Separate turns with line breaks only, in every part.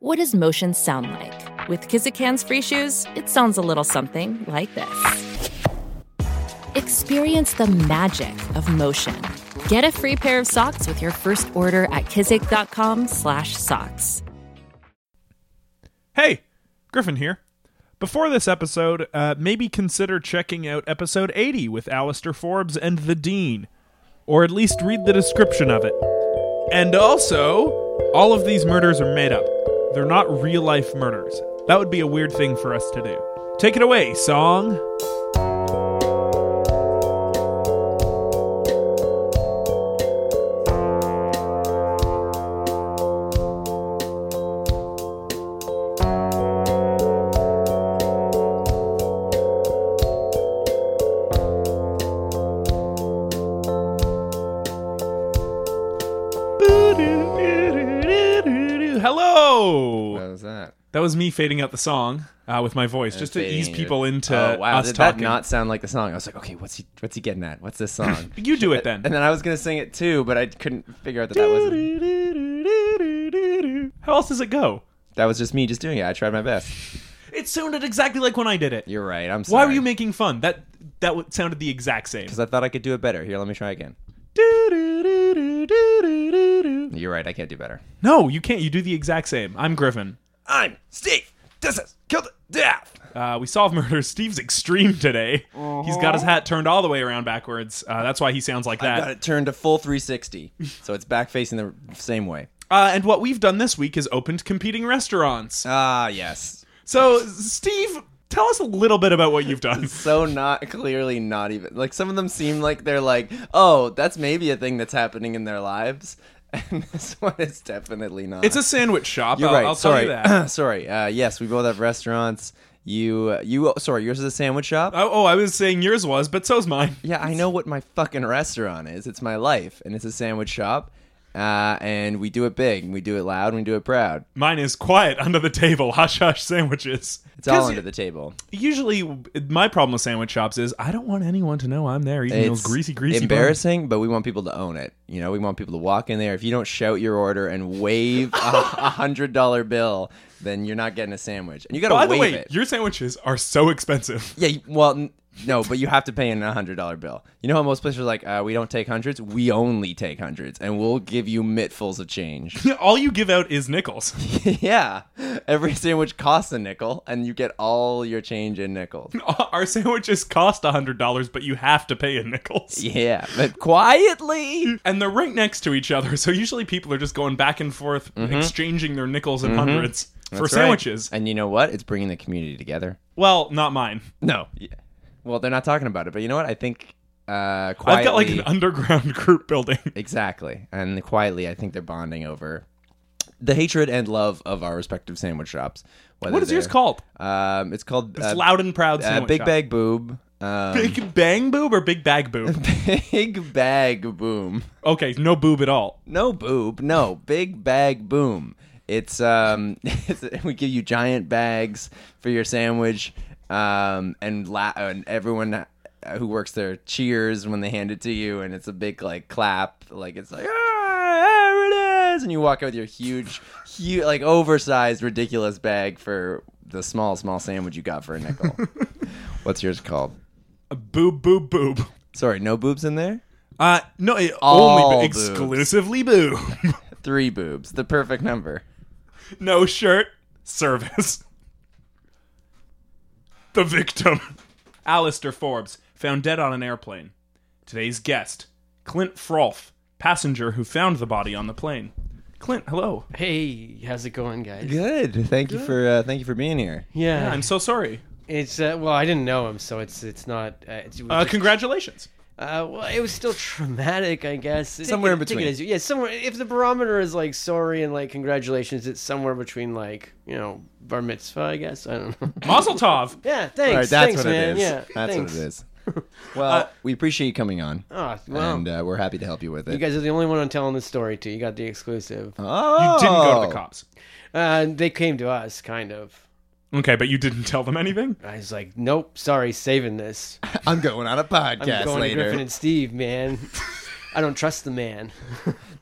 What does motion sound like? With Kizikans free shoes, it sounds a little something like this. Experience the magic of motion. Get a free pair of socks with your first order at kizik.com/socks.
Hey, Griffin here. Before this episode, uh, maybe consider checking out episode 80 with Alistair Forbes and the Dean, or at least read the description of it. And also, all of these murders are made up. They're not real life murders. That would be a weird thing for us to do. Take it away, song. Hello.
What was that?
That was me fading out the song uh, with my voice, just to ease
Fading
people
it.
into
oh, wow.
us
Did
talking.
that not sound like the song? I was like, okay, what's he what's he getting at? What's this song?
You do it
And
then.
then I was gonna sing it too, but I couldn't figure out that that was
How else does it go?
that was just me just doing it. I tried my best.
It sounded exactly like when I did it.
You're right. I'm sorry.
Why were you making fun? That that w- sounded the exact same.
Because I thought I could do it better. Here, let me try again. You're right. I can't do better.
No, you can't. You do the exact same. I'm Griffin.
I'm Steve. This is Kill the Death.
Uh, we solve murders. Steve's extreme today. He's got his hat turned all the way around backwards. Uh, that's why he sounds like that.
Uh-huh. Got it turned to full 360, so it's back facing the same way.
Uh, and what we've done this week is opened competing restaurants.
Ah, yes.
So, Steve, tell us a little bit about what you've done.
so not clearly not even like some of them seem like they're like oh that's maybe a thing that's happening in their lives and this one is definitely not
It's a sandwich shop.
you're
I'll,
right
I'll
sorry
tell you that.
sorry uh, yes we both have restaurants you uh, you sorry yours is a sandwich shop
Oh, oh, I was saying yours was, but so's mine.
yeah i know what my fucking restaurant is it's my life and it's a sandwich shop uh, and we do it big and we do it loud and we do it proud
Mine is quiet under the table, hush hush sandwiches.
it's all
'Cause
under the table
Usually, my problem with sandwich shops is I don't want anyone to know I'm there eating
it's
those greasy, greasy. buns.
embarrassing but we want people to own it you know we want people to walk in there if you don't shout your order and wave a a hundred dollar bill then you're not getting a sandwich and you gotta
By the
wave
way,
it
your sandwiches are so expensive.
yeah you- well n- no but you have to pay in a hundred dollar bill you know how most places are like uh, we don't take hundreds we only take hundreds and we'll give you mittfuls of change
All you give out is nickels.
yeah every sandwich costs a nickel and you get all your change in nickels
Our sandwiches cost $100, but you have to pay in nickels.
yeah but quietly
And they're right next to each other, so usually people are just going back and forth, exchanging their nickels and hundreds for
Mm-hmm. That's right.
sandwiches.
and you know what it's bringing the community together
Well, not mine.
No. Well, they're not talking about it, but you know what? I think uh, quietly.
I've got like an underground group building.
exactly, and quietly, I think they're bonding over the hatred and love of our respective sandwich shops. Whether
What is yours
they're-
called?
Um, it's called
It's
uh,
Loud and Proud
uh,
Sandwich
Big
Shop.
Bag Boob. Um,
Big Bang Boob or Big Bag Boob?
Big Bag Boom.
Okay, no boob at all.
No boob. No Big Bag Boom. It's um, it's- we give you giant bags for your sandwich, um, and la- and everyone who works there cheers when they hand it to you, and it's a big like clap, like it's like ah, there it is, and you walk out with your huge, huge, like oversized, ridiculous bag for the small, small sandwich you got for a nickel. What's yours called?
A boob, boob, boob.
Sorry, no boobs in there.
Uh, no, it
All
only
boobs.
exclusively boob.
Three boobs, the perfect number.
no shirt, service. The victim. Alistair Forbes, found dead on an airplane. Today's guest, Clint Frolf, passenger who found the body on the plane. Clint, hello.
Hey, how's it going, guys?
Good. Thank you for uh, thank you for being here.
Yeah,
I'm so sorry.
it's uh, well, I didn't know him, so it's it's not. Uh, it's, it was
Uh,
just-
congratulations.
uh, well, it was still traumatic, I guess. Take
Somewhere
it-
in
take it
between.
as you- yeah, somewhere. If the barometer is like sorry and like congratulations, it's somewhere between like you know bar mitzvah, I guess. I don't know.
Mazel tov.
yeah, thanks.
All right, that's
thanks,
what
man.
it is.
Yeah,
that's
thanks.
what it is. Well, we appreciate you coming on,
Oh, well,
and uh, we're happy to help you with it.
you guys are the only one I'm telling this story to. You got the exclusive.
oh,
You didn't go to the cops.
Uh, they came to us, kind of.
Okay, but you didn't tell them anything?
I was like, nope, sorry, saving this.
I'm going on a
I'm
podcast
going to
later.
Griffin and Steve, man. I don't trust the man.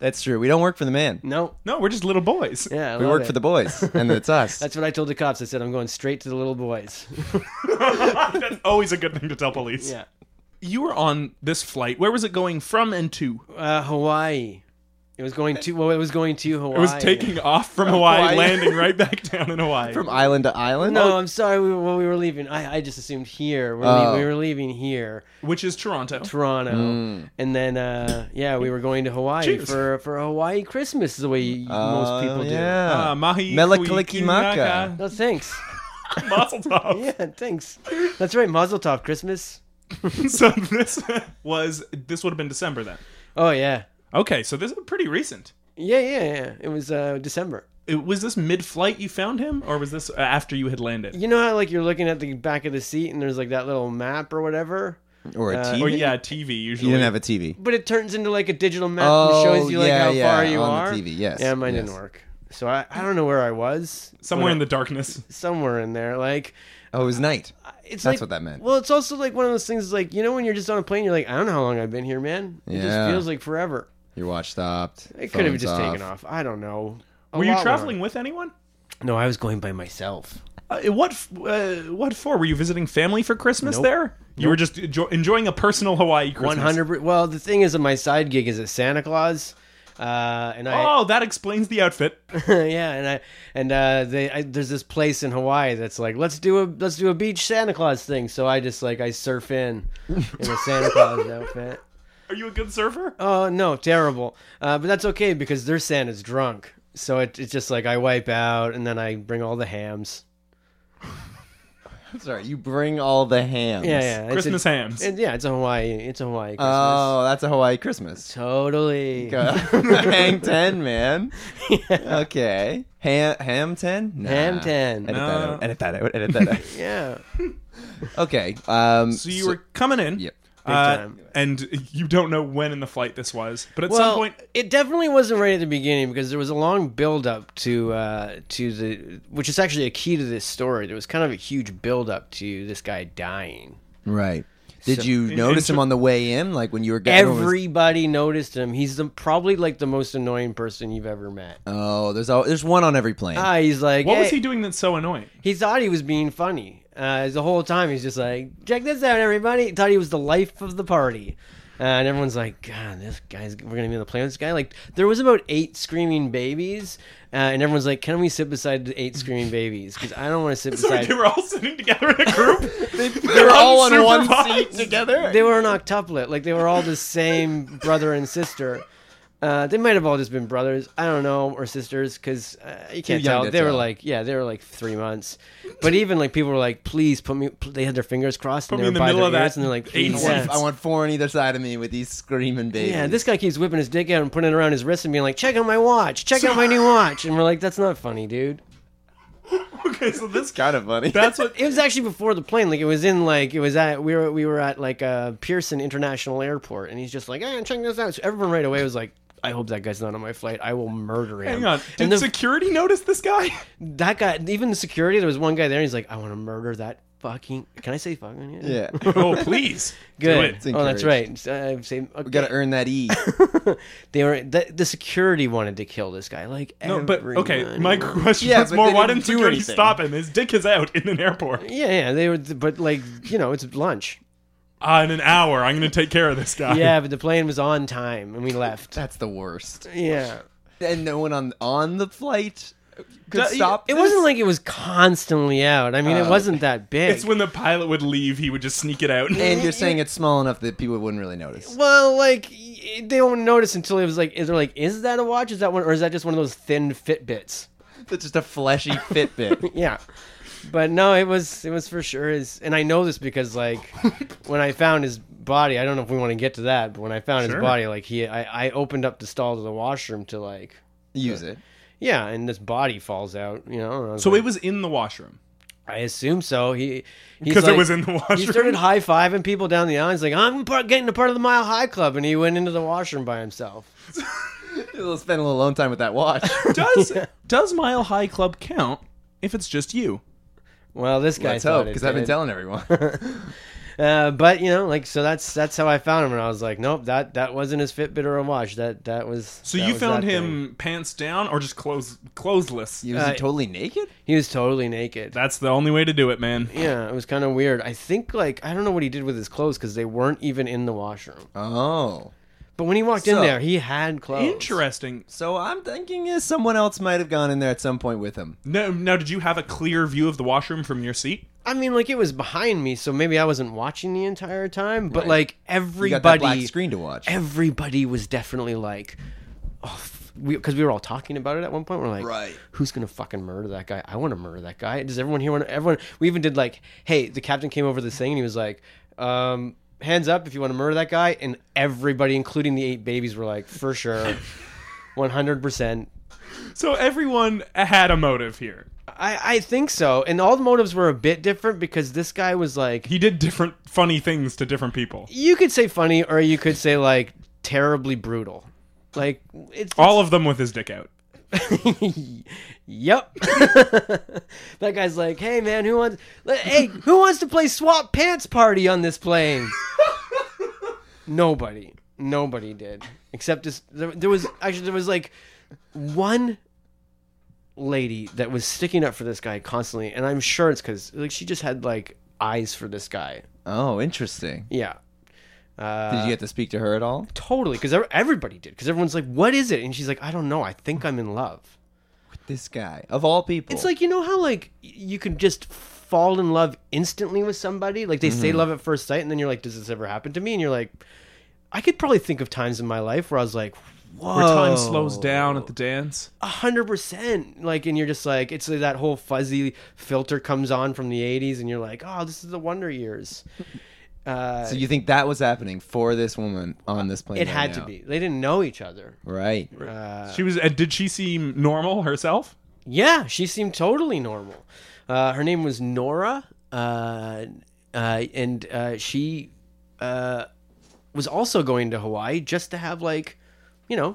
That's true. We don't work for the man.
No.
No, we're just little boys.
Yeah. I
we
love
work
it.
for the boys, and it's us.
That's what I told the cops. I said I'm going straight to the little boys.
That's always a good thing to tell police.
Yeah.
You were on this flight. Where was it going from and to?
Uh, Hawaii. It was going to well, it was going to Hawaii.
It was taking off from Hawaii,
Hawaii.
landing right back down in Hawaii.
From island to island.
No, I'm sorry. We, well, we were leaving. I, I just assumed here. We're lea-
Oh.
we were leaving here,
which is Toronto.
Toronto,
Mm.
and then uh, yeah, we were going to Hawaii
Cheers.
for for a Hawaii Christmas. Is the way you, most people
Oh,
do. Um,
Yeah.
Uh, mahi
Melakalikimaka.
No, thanks.
kuikinaka. Mazel tov.
Yeah, thanks. That's right, Mazel Tov, Christmas.
So this was this would have been December then.
Oh yeah,
Okay, so this is pretty recent.
yeah, yeah, yeah. It was uh, December.
It, was this mid-flight you found him, or was this uh, after you had landed?
You know how like you're looking at the back of the seat and there's like that little map or whatever,
Or
uh,
a TV.
Or yeah, TV usually.
You didn't have a TV.
but it turns into like a digital map
Oh,
and shows you like
yeah,
how
yeah,
far you
on the
are.
TV, yes,
Yeah, mine didn't
yes.
work. So I, I don't know where I was.
Somewhere in the darkness.
somewhere in there. Like
Oh, it was night.
it's
That's
like-
what that meant.
Well, it's also like one of those things. Like you know, when you're just on a plane, you're like, I don't know how long I've been here, man. It
Yeah.
just feels like forever.
Your watch stopped.
It could have
uh, phone's
just taken off. I don't know. A
Were you
lot went on.
traveling with anyone?
No, I was going by myself.
Uh, what f- uh, what for? Were you visiting family for Christmas
Nope.
there? You were just enjo- enjoying a personal Hawaii Christmas.
One hundred. Well, the thing is, that my side gig is at Santa Claus. Uh, and I,
Oh, that explains the outfit.
yeah, and I, and uh, they, I, there's this place in Hawaii that's like, let's do a, let's do a beach Santa Claus thing. So I just like, I surf in, in a Santa Claus outfit.
Are you a good surfer?
Oh no, terrible. Uh, but that's okay because their Santa's drunk, so it, it's just like I wipe out and then I bring all the hams.
Sorry, you bring all the hams.
Yeah, yeah. it's a-
Christmas hams.
and yeah, it's a Hawaii. It's a Hawaii Christmas.
Oh, that's a Hawaii Christmas.
totally.
Hang ten, man. Okay. Ham ham ten. Nah.
Ham 10.
Edit that
No.
out. Edit that out. Edit that out.
Yeah.
okay. Um.
So you were coming in.
Yep.
uh,
time.
and you don't know when in the flight this was, but at
Well,
some point,
it definitely wasn't right at the beginning because there was a long build up to uh, to the which is actually a key to this story. There was kind of a huge build up to this guy dying.
Right. Did
So-
you
In-
notice
in-
him on the way in, like when you were getting over-
Everybody noticed him. He's the, probably like the most annoying person you've ever met.
Oh, there's all, there's one on every plane.
Ah, he's like,
what was
"Hey."
he doing that's so annoying?
He thought he was being funny. Uh, the whole time he's just like, check this out, everybody. Thought he was the life of the party. Uh, and everyone's like, God, this guy's, we're going to be on the plane with this guy. Like, there was about eight screaming babies. Uh, and everyone's like, can we sit beside the eight screaming babies? Because I don't want to sit
So
beside.
they were all sitting together in a group. they,
They're all on one seat together.
They were an octuplet. Like, they were all the same brother and sister. Uh, they might have all just been brothers. I don't know, or sisters, because uh, you can't
young
tell.
to
They were
tell.
like, yeah, they were like three months. But even like people were like, please put me. They had their fingers crossed
Put
and
me
they
in
were
the
by
middle
their
of that
ears, and they're like,
eight
please,
ones.
yeah.
I want four on either side of me with these screaming babies.
Yeah, this guy keeps whipping his dick out and putting it around his wrist and being like, check out my watch, check out my new watch. And we're like, that's not funny, dude.
Okay, so this guy.
kind of funny.
That's what.
It was actually before the plane. Like it was in like it was at we were we were at like uh, Pearson International Airport, and he's just like, hey, check this out. So everyone right away was like, I hope that guy's not on my flight. I will murder him.
Hang on. Did
And the,
security notice this guy?
that guy, even the security, there was one guy there. and He's like, I want to murder that fucking. Can I say fucking?
yeah.
oh, please.
Good.
it.
Oh, that's right. Uh, same, okay.
We gotta earn that E.
They were the, the security wanted to kill this guy. Like
No, but okay.
everyone.
My question
Yeah,
was
but
more:
they
Why
didn't
didn't
do
security
anything.
stop him? His dick is out in an airport.
Yeah, yeah, they were, but like you know, it's lunch.
Uh, in an hour, I'm going to take care of this guy.
Yeah, but the plane was on time and we left.
That's the worst.
Yeah,
And no one on on the flight could
Duh,
stop.
it
this?
wasn't like it was constantly out. I mean, it wasn't that big.
Oh. It's when the pilot would leave, he would just sneak it out.
Mm-hmm.
And you're saying it's small enough that people wouldn't really notice.
well, like y- they don't notice until it was like, they're like, is that a watch? Is that one, or is that just one of those thin Fitbits?
It's just a fleshy Fitbit.
Yeah. But no, it was it was for sure his, and I know this because like when I found his body, I don't know if we want to get to that, but when I found
Sure.
his body, like he, I, I opened up the stall to the washroom to like,
Use it.
yeah, and this body falls out, you know. and I was
so
like,
it was in the washroom.
I assume so. He
Because it was in the washroom.
He started high fiving people down the aisle. He's like, "I'm part, getting a part of the Mile High Club," and he went into the washroom by himself.
We'll spend a little alone time with that watch.
Does does Mile High Club count if it's just you?
Well, this guy
Let's
thought
hope,
it
because I've been
did.
telling everyone.
Uh, but you know, like so that's that's how I found him, and I was like, nope that that wasn't his Fitbit or a watch. That that was.
So
that
you
was
found
that thing.
him pants down or just clothes clothesless?
He was
Uh,
totally naked.
He was totally naked.
That's the only way to do it, man.
yeah, it was kind of weird. I think like I don't know what he did with his clothes because they weren't even in the washroom.
Oh,
But when he walked in
So-
there, he had clothes.
Interesting.
so I'm thinking is someone else might have gone in there at some point with him.
No, now did you have a clear view of the washroom from your seat?
I mean, like it was behind me, so maybe I wasn't watching the entire time. But like
You
everybody,
got that black screen to watch.
everybody was definitely like, because we, 'cause we were all talking about it at one point. We're like,
Right.
who's gonna fucking murder that guy? I want to murder that guy. Does everyone here want? Everyone. We even did like, hey, the captain came over this thing and he was like, um, hands up if you want to murder that guy. And everybody, including the eight babies, were like, for sure, one hundred percent.
So everyone had a motive here.
I, I think so. And all the motives were a bit different because this guy was like
He did different funny things to different people.
you could say funny or you could say like terribly brutal. Like it's
All of them with his dick out.
yep. that guy's like, "Hey man, who wants le- Hey, who wants to play swap pants party on this plane?" Nobody. Nobody did. Except this there, there was actually there was like one lady that was sticking up for this guy constantly and I'm sure it's cuz like she just had like eyes for this guy.
Oh, interesting.
Yeah.
Did
Uh,
you get to speak to her at all?
totally because everybody did because everyone's like what is it and she's like i don't know i think i'm in love
This guy of all people.
it's like you know how like y- you can just fall in love instantly with somebody like they say love at first sight and then you're like does this ever happen to me and you're like i could probably think of times in my life where i was like whoa
Where time slows down at the dance.
a hundred percent like and you're just like it's like that whole fuzzy filter comes on from the 80s and you're like oh this is the wonder years
so you think that was happening for this woman on this plane?
it
right
had to
now.
be they didn't know each other
Right.
She was. Uh, did she seem normal herself?
Yeah, she seemed totally normal. Uh, her name was Nora, uh, uh, and uh, she uh, was also going to Hawaii just to have like, you know,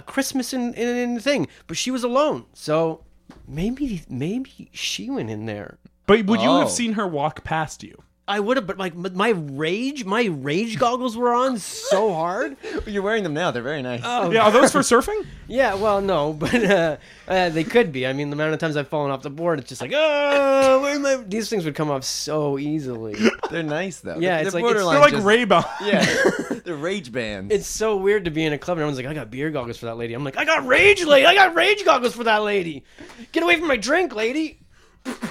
a Christmas in, in, in thing. But she was alone, so maybe maybe she went in there.
But would you
Oh.
have seen her walk past you?
I would have, but like my, my rage, my rage goggles were on so hard.
You're wearing them now. They're very nice.
Oh.
Yeah, are those for surfing?
Yeah, well, no, but uh, uh, they could be. I mean, the amount of times I've fallen off the board, it's just like, oh, where am I? These things would come off so easily.
They're nice though.
Yeah,
They're
it's like-
They're
borderline
like
just-
Raybon.
Yeah, they're rage bands.
It's so weird to be in a club and everyone's like, I got beer goggles for that lady. I'm like, I got rage, lady. I got rage goggles for that lady. Get away from my drink, lady.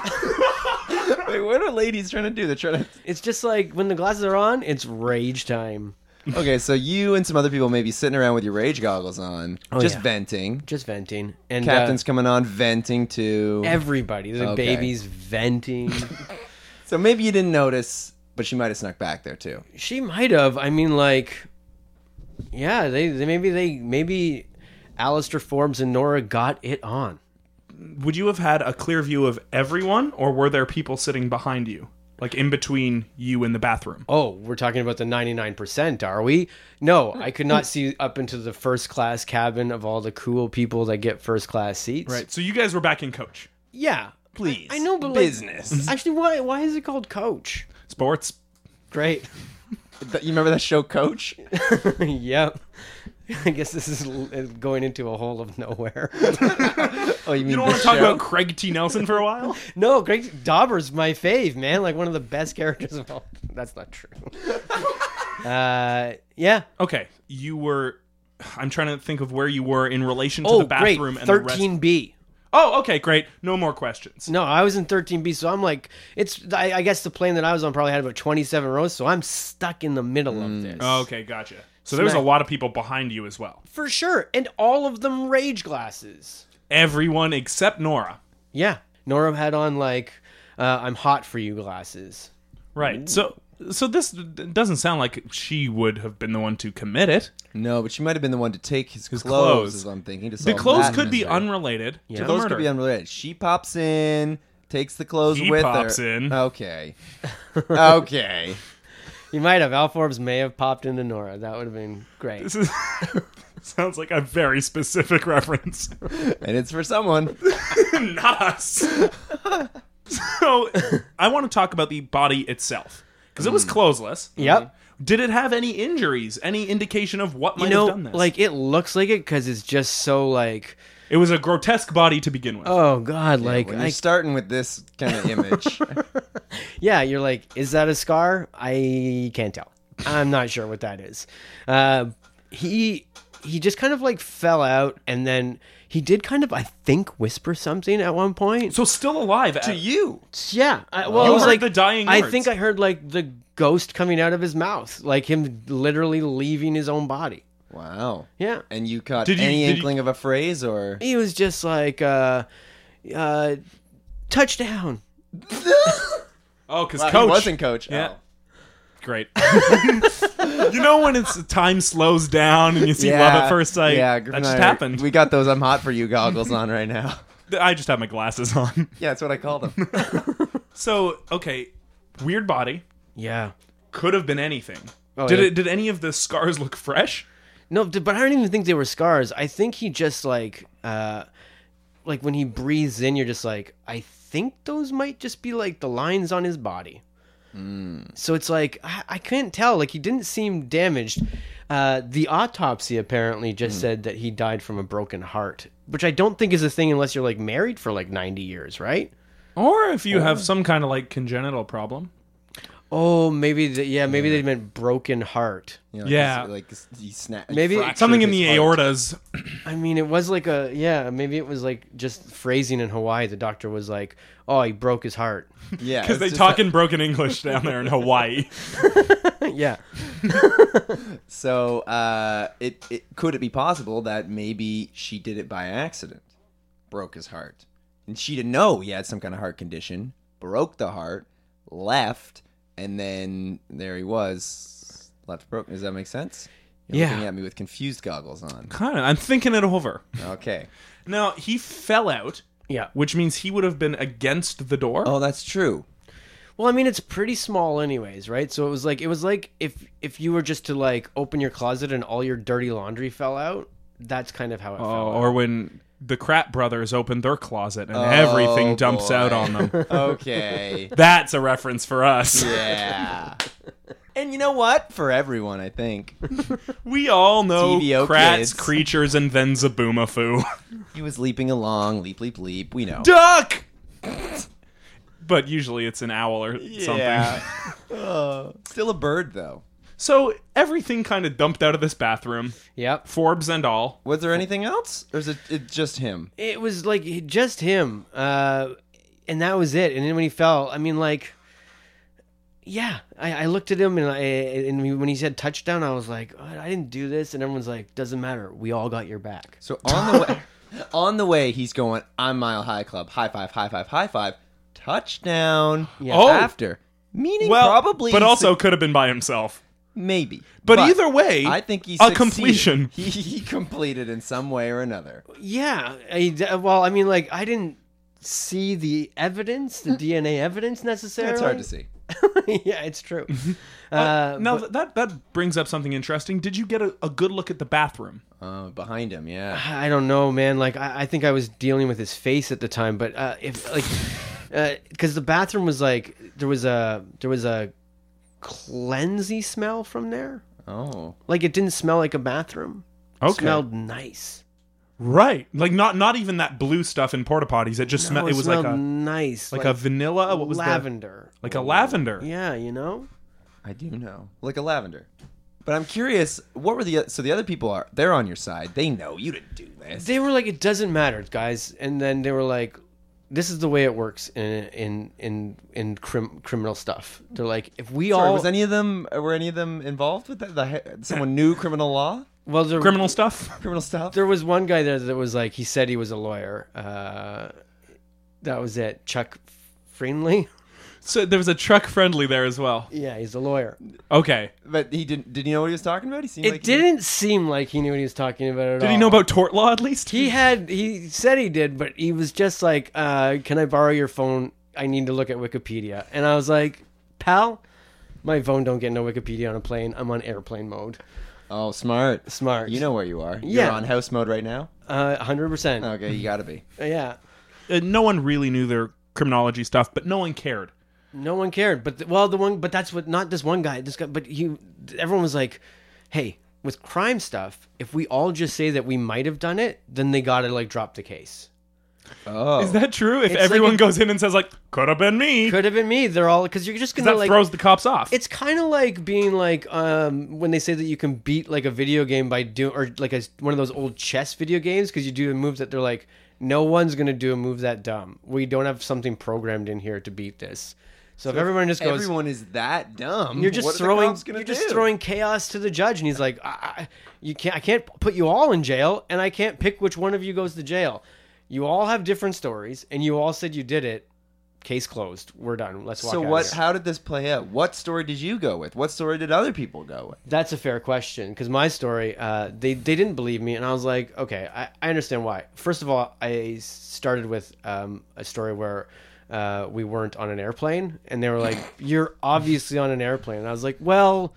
Wait, what are ladies trying to do? They're trying to.
It's just like when the glasses are on, it's rage time.
Okay, so you and some other people may be sitting around with your rage goggles on, just
Oh,
yeah.
venting.
Just venting. And uh,
Captain's coming on, venting too.
everybody, the
Okay.
babies venting.
so maybe you didn't notice, but she might have snuck back there too.
She might have. I mean, like, yeah, they, they maybe they maybe Alistair Forbes and Nora got it on.
Would you have had a clear view of everyone, or were there people sitting behind you, like in between you and the bathroom?
Oh, we're talking about the 99%, are we? No, I could not see up into the first class cabin of all the cool people that get first class seats.
Right. So you guys were back in coach
Yeah.
Please,
I know, but like-
business.
Actually, why why is it called coach?
sports.
Great.
Th- you remember that show, Coach?
yep. I guess this is l- uh, going into a hole of nowhere.
Oh, you mean
You don't want
this
to talk
show?
about Craig T. Nelson for a while?
no, Greg Dauber's my fave, man. Like one of the best characters of all. That's not true. uh, yeah.
Okay, you were. I'm trying to think of where you were in relation to
Oh,
the
great.
bathroom and the rest.
13B.
Oh, okay, great. No more questions.
No, I was in 13B, so I'm like, it's. I, I guess the plane that I was on probably had about 27 rows, so I'm stuck in the middle of this
Okay, gotcha. So there was a
Smack.
lot of people behind you as well.
for sure, and all of them rage glasses.
Everyone except Nora.
Yeah, Nora had on like, uh, "I'm hot for you" glasses.
Right. So so this d- doesn't sound like she would have been the one to commit it.
No, but she might have been the one to take his, clothes,
clothes.
As I'm thinking. To
The
solve
clothes
that
could be
mystery.
unrelated to the
Clothes could
murder.
be unrelated. She pops in, takes the clothes
He
with
pops
her.
in.
Okay, okay.
You might have Al Forbes may have popped into Nora. That would have been great.
This is- sounds like a very specific reference.
and it's for someone.
Not us. so I want to talk about the body itself. because it was clothesless.
Mm. Yep.
Did it have any injuries? Any indication of what might
You know,
have done this?
like it looks like it because it's just so like,
it was a grotesque body to begin with.
oh god, like
when
I
you're starting with this kind of image,
yeah, you're like, is that a scar? I can't tell. I'm not sure what that is. Uh, he he just kind of like fell out, and then he did kind of, I think, whisper something at one point.
so still alive to
you
yeah, I, well,
You
it was
heard
like
the dying
I
words.
think I heard like the ghost coming out of his mouth, like him literally leaving his own body.
wow,
Yeah.
and you caught
Did you-
any
did you-
inkling of a phrase or
He was just like, uh, uh, touchdown.
Oh, because
Wow, he
coach
wasn't coach.
Yeah.
Oh.
great. you know when it's time slows down and you see love at first sight.
Yeah, Griffin
that
and
just
I are-
happened.
We got those "I'm hot for you" goggles on right now.
I just have my glasses on.
Yeah, that's what I call them.
So okay, weird body
Yeah.
could have been anything.
Oh,
did
yeah.
it? Did any of the scars look fresh?
No, d- but I don't even think they were scars. I think he just like, uh, like when he breathes in, you're just like, I think those might just be like the lines on his body. So it's like I, I couldn't tell. Like he didn't seem damaged. Uh, the autopsy apparently just said that he died from a broken heart, which I don't think is a thing unless you're like married for like 90 years, right?
Or if you have some kind of like congenital problem.
Oh, maybe the, yeah, maybe they meant broken heart.
You know, like,
Yeah.
like he snap. he
Maybe-
fractured
Something in
his
the
heart.
aortas.
I mean, it was like a yeah. Maybe it was like just phrasing in Hawaii. The doctor was like, "Oh, he broke his heart."
Yeah,
Because
it's
they
just
talk
a-
in broken English down there in Hawaii.
yeah,
so uh, it it could it be possible that maybe she did it by accident, broke his heart, and she didn't know he had some kind of heart condition, broke the heart, left, and then there he was, left broken. Does that make sense? You're
Yeah.
looking at me with confused goggles on.
kind of. I'm thinking it over.
Okay.
Now he fell out,
yeah.
which means he would have been against the door.
Oh, that's true.
Well, I mean, it's pretty small, anyways, right? So it was like it was like if if you were just to like open your closet and all your dirty laundry fell out. That's kind of how it felt.
Oh, or when the Crap Brothers open their closet and everything dumps
Oh, boy.
out on them.
Okay.
That's a reference for us.
yeah. And you know what? For everyone, I think.
We all know
TVO
Kratz,
kids.
creatures, and then Zaboomafoo.
He was leaping along, leap, leap, leap. We know.
Duck! but usually it's an owl or something.
Still a bird, though.
So everything kind of dumped out of this bathroom,
Yep.
Forbes and all.
Was there anything else? Or is it, it just him?
It was like he- just him, uh, and that was it. And then when he fell, I mean, like, yeah, I, I looked at him and I and we- when he said touchdown, I was like, "Oh, I didn't do this, and everyone's like, doesn't matter, we all got your back.
So on the way. On the way, he's going. I'm Mile High Club. High five, high five, high five. Touchdown.
Yeah.
Oh.
After, meaning
Well,
probably,
but
he
also could have been by himself.
maybe.
But either way,
I think he
a
succeeded.
completion.
He, he completed in some way or another.
Yeah, I d well, I mean, like, I didn't see the evidence,
Mm.
the DNA evidence necessarily.
That's hard to see.
yeah, it's true.
Mm-hmm.
uh,
Now
but-
th that that brings up something interesting. Did you get a, a good look at the bathroom?
Uh, behind him, yeah.
I don't know, man. Like I, I think I was dealing with his face at the time, but uh, if like, because the bathroom was like there was a there was a cleansy smell from there.
Oh,
Like it didn't smell like a bathroom. It
Okay.
smelled nice.
Right, like not not even that blue stuff in porta potties. It just smelled.
Oh,
It was like
smelled
a
nice,
like, a vanilla. What was the-
lavender?
like a lavender.
Yeah, you know.
I do know, like a lavender. But I'm curious, what were the so the other people are? They're on your side. They know you didn't do this.
They were like, it doesn't matter, guys. And then they were like, this is the way it works in in in in crim, criminal stuff. They're like, if we
Sorry,
all
was any of them were any of them involved with that? The, he- someone knew criminal law,
well, there-
Criminal stuff.
criminal stuff.
there was one guy there that was like he said he was a lawyer. Uh, that was it, Chuck Friendly.
So there was a truck friendly there as well.
Yeah, he's a lawyer.
Okay.
But he didn't. Did he know what he was talking about? He seemed
It
like he-
didn't seem like he knew what he was talking about at all.
Did he know about tort law at least?
Oh. He had. He said he did, but he was just like, uh, "Can I borrow your phone? I need to look at Wikipedia." And I was like, "Pal." My phone don't get no Wikipedia on a plane. I'm on airplane mode.
Oh, smart,
Smart.
You know where you are.
Yeah.
You're on house mode right now.
Uh, 100%.
Okay, you gotta be.
Uh, Yeah.
Uh, no one really knew their criminology stuff, but no one cared.
no one cared. But the, well, the one, but that's what not this one guy. This guy, but he, everyone was like, "Hey, with crime stuff, if we all just say that we might have done it, then they gotta like drop the case.
Oh,
Is that true? If
It's
everyone
like a-
goes in and says like, "Could have been me,"
Could have been me. They're all because you're just gonna
that
like
throws the cops off.
It's kind of like being like um, when they say that you can beat like a video game by do or like a, one of those old chess video games because you do a move that they're like no one's gonna do a move that dumb. We don't have something programmed in here to beat this. So, if everyone just goes,
everyone is that dumb.
you're just
what are the
throwing
cops gonna
you're just
do?
throwing chaos to the judge, and he's like, I, I, you can't I can't put you all in jail, and I can't pick which one of you goes to jail. You all have different stories, and you all said you did it. Case closed. We're done. Let's walk.
So
out of
what?
here.
How did this play out? What story did you go with? What story did other people go with?
That's a fair question because my story, uh, they they didn't believe me, and I was like, okay, I, I understand why. First of all, I started with um, a story where uh, we weren't on an airplane, and they were like, you're obviously on an airplane, and I was like, well,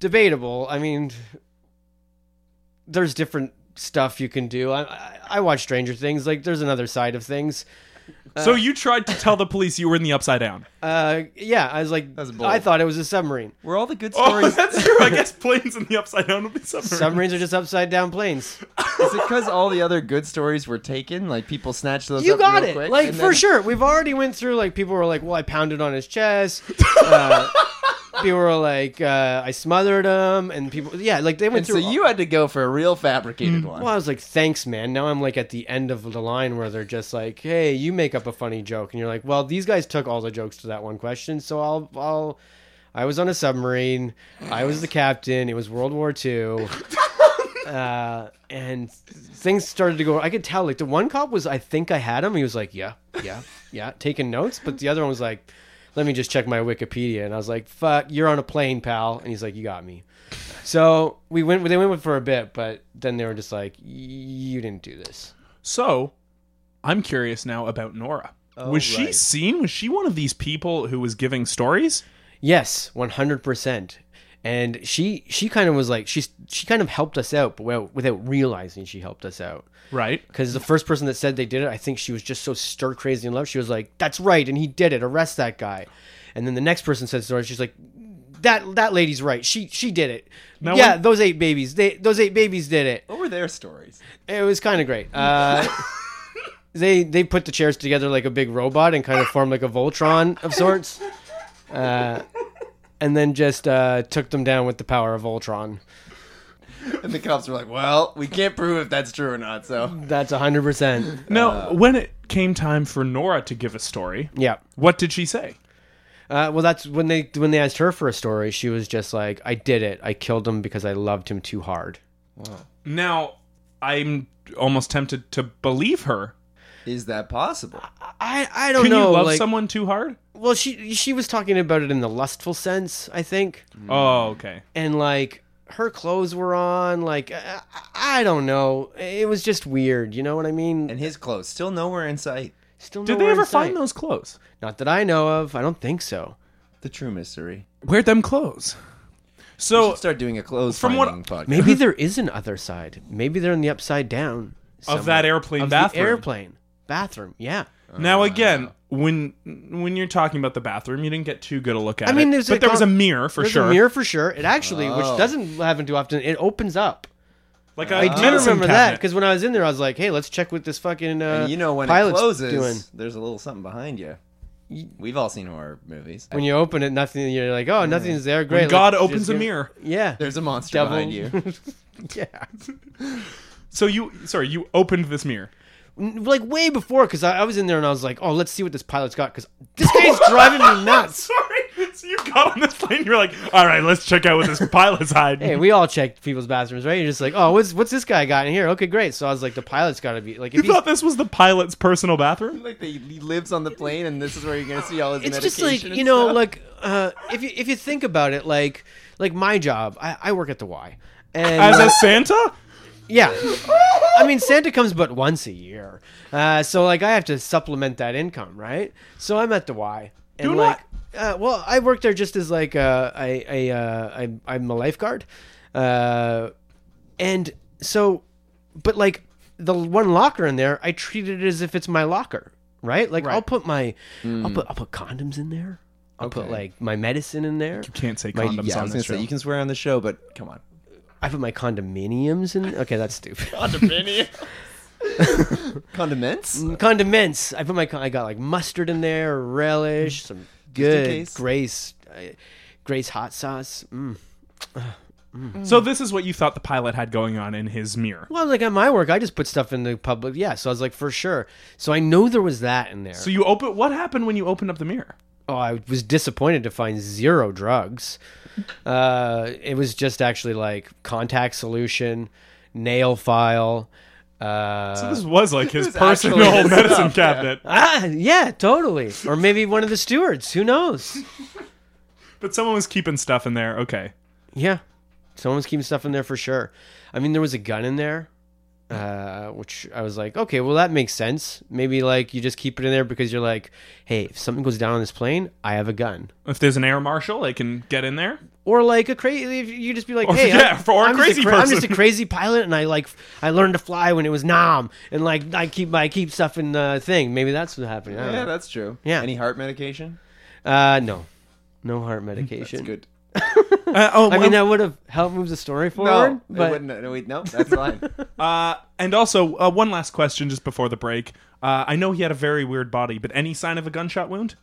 debatable. I mean, there's different stuff you can do. I I, I watch Stranger Things. Like, there's another side of things.
so you tried to tell the police you were in the upside down.
Uh, yeah, I was like,
That's bold.
I thought it was a submarine.
Were all the good
Oh,
stories?
that's true. I guess planes in the upside down would be submarine.
Submarines are just upside down planes.
is it because all the other good stories were taken? Like people snatched those.
You
up
got
real
it.
quick,
like
and
for
then-
sure. We've already went through like people were like, "Well, I pounded on his chest." Uh, people were like, uh, "I smothered him," and people, yeah, like they went
And so
through.
you had to go for a real fabricated one.
well, I was like, "Thanks, man." Now I'm like at the end of the line where they're just like, "Hey, you make up a funny joke," and you're like, "Well, these guys took all the jokes to that one question, so I'll, I'll." I was on a submarine. I was the captain. It was World War II. Uh, and things started to go. I could tell, like, the one cop was, I think I had him. He was like, yeah, yeah, yeah, taking notes. But the other one was like, let me just check my Wikipedia. And I was like, fuck, you're on a plane, pal. And he's like, you got me. So we went, they went with for a bit, but then they were just like, you didn't do this.
So, I'm curious now about Nora. was she
right.
seen? Was she one of these people who was giving stories?
Yes, one hundred percent. And she she kind of was like she she kind of helped us out, but without, without realizing she helped us out.
Right.
Because the first person that said they did it, I think she was just so stir crazy in love. She was like, "That's right," and he did it. Arrest that guy. And then the next person said story. She's like, "That that lady's right. She she did it.
Now
yeah,
when-
those eight babies. They those eight babies did it.
What were their stories?
It was kind of great. Uh, they they put the chairs together like a big robot and kind of formed like a Voltron of sorts, uh, and then just uh, took them down with the power of Voltron.
And the cops were like, "Well, we can't prove if that's true or not." So
That's hundred percent.
Now, when it came time for Nora to give a story,
Yeah.
what did she say?
Uh, well, that's when they when they asked her for a story, she was just like, "I did it. I killed him because I loved him too hard."
Now, I'm almost tempted to believe her.
is that possible?
I I don't
Can
know.
you love
like,
someone too hard?
well, she she was talking about it in the lustful sense, I think,
Oh, okay.
and like her clothes were on. Like I, I I don't know. It was just weird. You know what I mean?
And his clothes still nowhere in sight.
Still,
Did they
nowhere in
ever find
sight.
those clothes?
Not that I know of. I don't think so.
The true mystery.
Where'd them clothes? So,
Let's start doing a clothes
From what-
finding podcast.
Maybe there is an other side. Maybe they're in the upside down
of
somewhere.
that airplane
of
bathroom.
the airplane bathroom. Yeah.
Now
uh,
again, when when you're talking about the bathroom, you didn't get too good a look at
I mean,
it.
there's
but
a
there was a
con-
mirror for
There's
sure,
A mirror for sure. It actually,
Oh.
which doesn't happen too often, it opens up.
like a
I do
medicine
remember that
Ah. cabinet.
because when I was in there, I was like, "Hey, let's check what this fucking uh,
And you know when it
pilot's
closes,
doing."
there's a little something behind you. We've all seen horror movies.
When you open it, nothing. You're like, "Oh, nothing's there." Great.
Mm. When God
let's
opens
just
a
give-
mirror.
Yeah.
There's a monster
Devil.
behind you.
yeah.
So you, sorry, you opened this mirror.
N- Like way before, because I, I was in there and I was like, "Oh, let's see what this pilot's got," because this guy's driving me nuts.
sorry. So you got on this plane. You're like, all right, let's check out what this pilot's hiding.
Hey, we all checked people's bathrooms, right? You're just like, "Oh, what's what's this guy got in here?" Okay, great. So I was like, "The pilot's got to be like, if
you
he's
thought this was the pilot's personal bathroom?
like they, he lives on the plane, and this is where you're gonna see all his
it's just
medication.
like
and
you know
stuff.
like uh if you if you think about it like like my job i, I work at the y and
As a Santa?
yeah i mean santa comes but once a year uh so like i have to supplement that income right so i'm at the y and
Do
like uh, well i work there just as like uh i i uh I, i'm a lifeguard uh and so but like the one locker in there i treat it as if it's my locker right like i'll put my i'll put i'll put condoms in there I'll put
Okay.
like my medicine in there.
You can't say
My-
condoms
yeah, I
on
was
this
gonna
show.
say you can swear on the show, but come on.
I put my condominiums in. Okay, that's stupid.
Condiments?
Mm. condiments. I put my con- I got like mustard in there, relish,
Mm.
some good
case.
Grace uh, Grace hot sauce. Mm.
So this is what you thought the pilot had going on in his mirror.
Well, like at my work, I just put stuff in the public. Yeah, so I was like for sure. So I know there was that in there.
So you open. What happened when you opened up the mirror?
oh, I was disappointed to find zero drugs. Uh, it was just actually like contact solution, nail file. Uh,
So this was like his
was actually
personal
his
medicine cabinet.
ah, yeah, totally. Or maybe one of the stewards. Who knows?
But someone was keeping stuff in there. Okay.
Yeah, someone's keeping stuff in there for sure. I mean, there was a gun in there, uh, which I was like, okay, well that makes sense. Maybe like you just keep it in there because you're like, hey, if something goes down on this plane, I have a gun.
If there's an air marshal, they can get in there.
Or like a crazy, you just be like,
Or-
hey,
yeah,
I'm,
for a
I'm just
crazy
cra- I'm just a
person.
crazy pilot, and I like I learned to fly when it was Nam, and like I keep I keep stuff in the thing. Maybe that's what happened. I don't
Yeah,
know.
that's true.
Yeah.
Any heart medication?
Uh, no, no heart medication.
It's good.
Uh, oh,
I mean,
well,
that would have helped move the story forward,
No, it
but
wouldn't- no, wait, no, that's fine.
uh, and also uh, one last question just before the break. Uh, I know he had a very weird body, but any sign of a gunshot wound?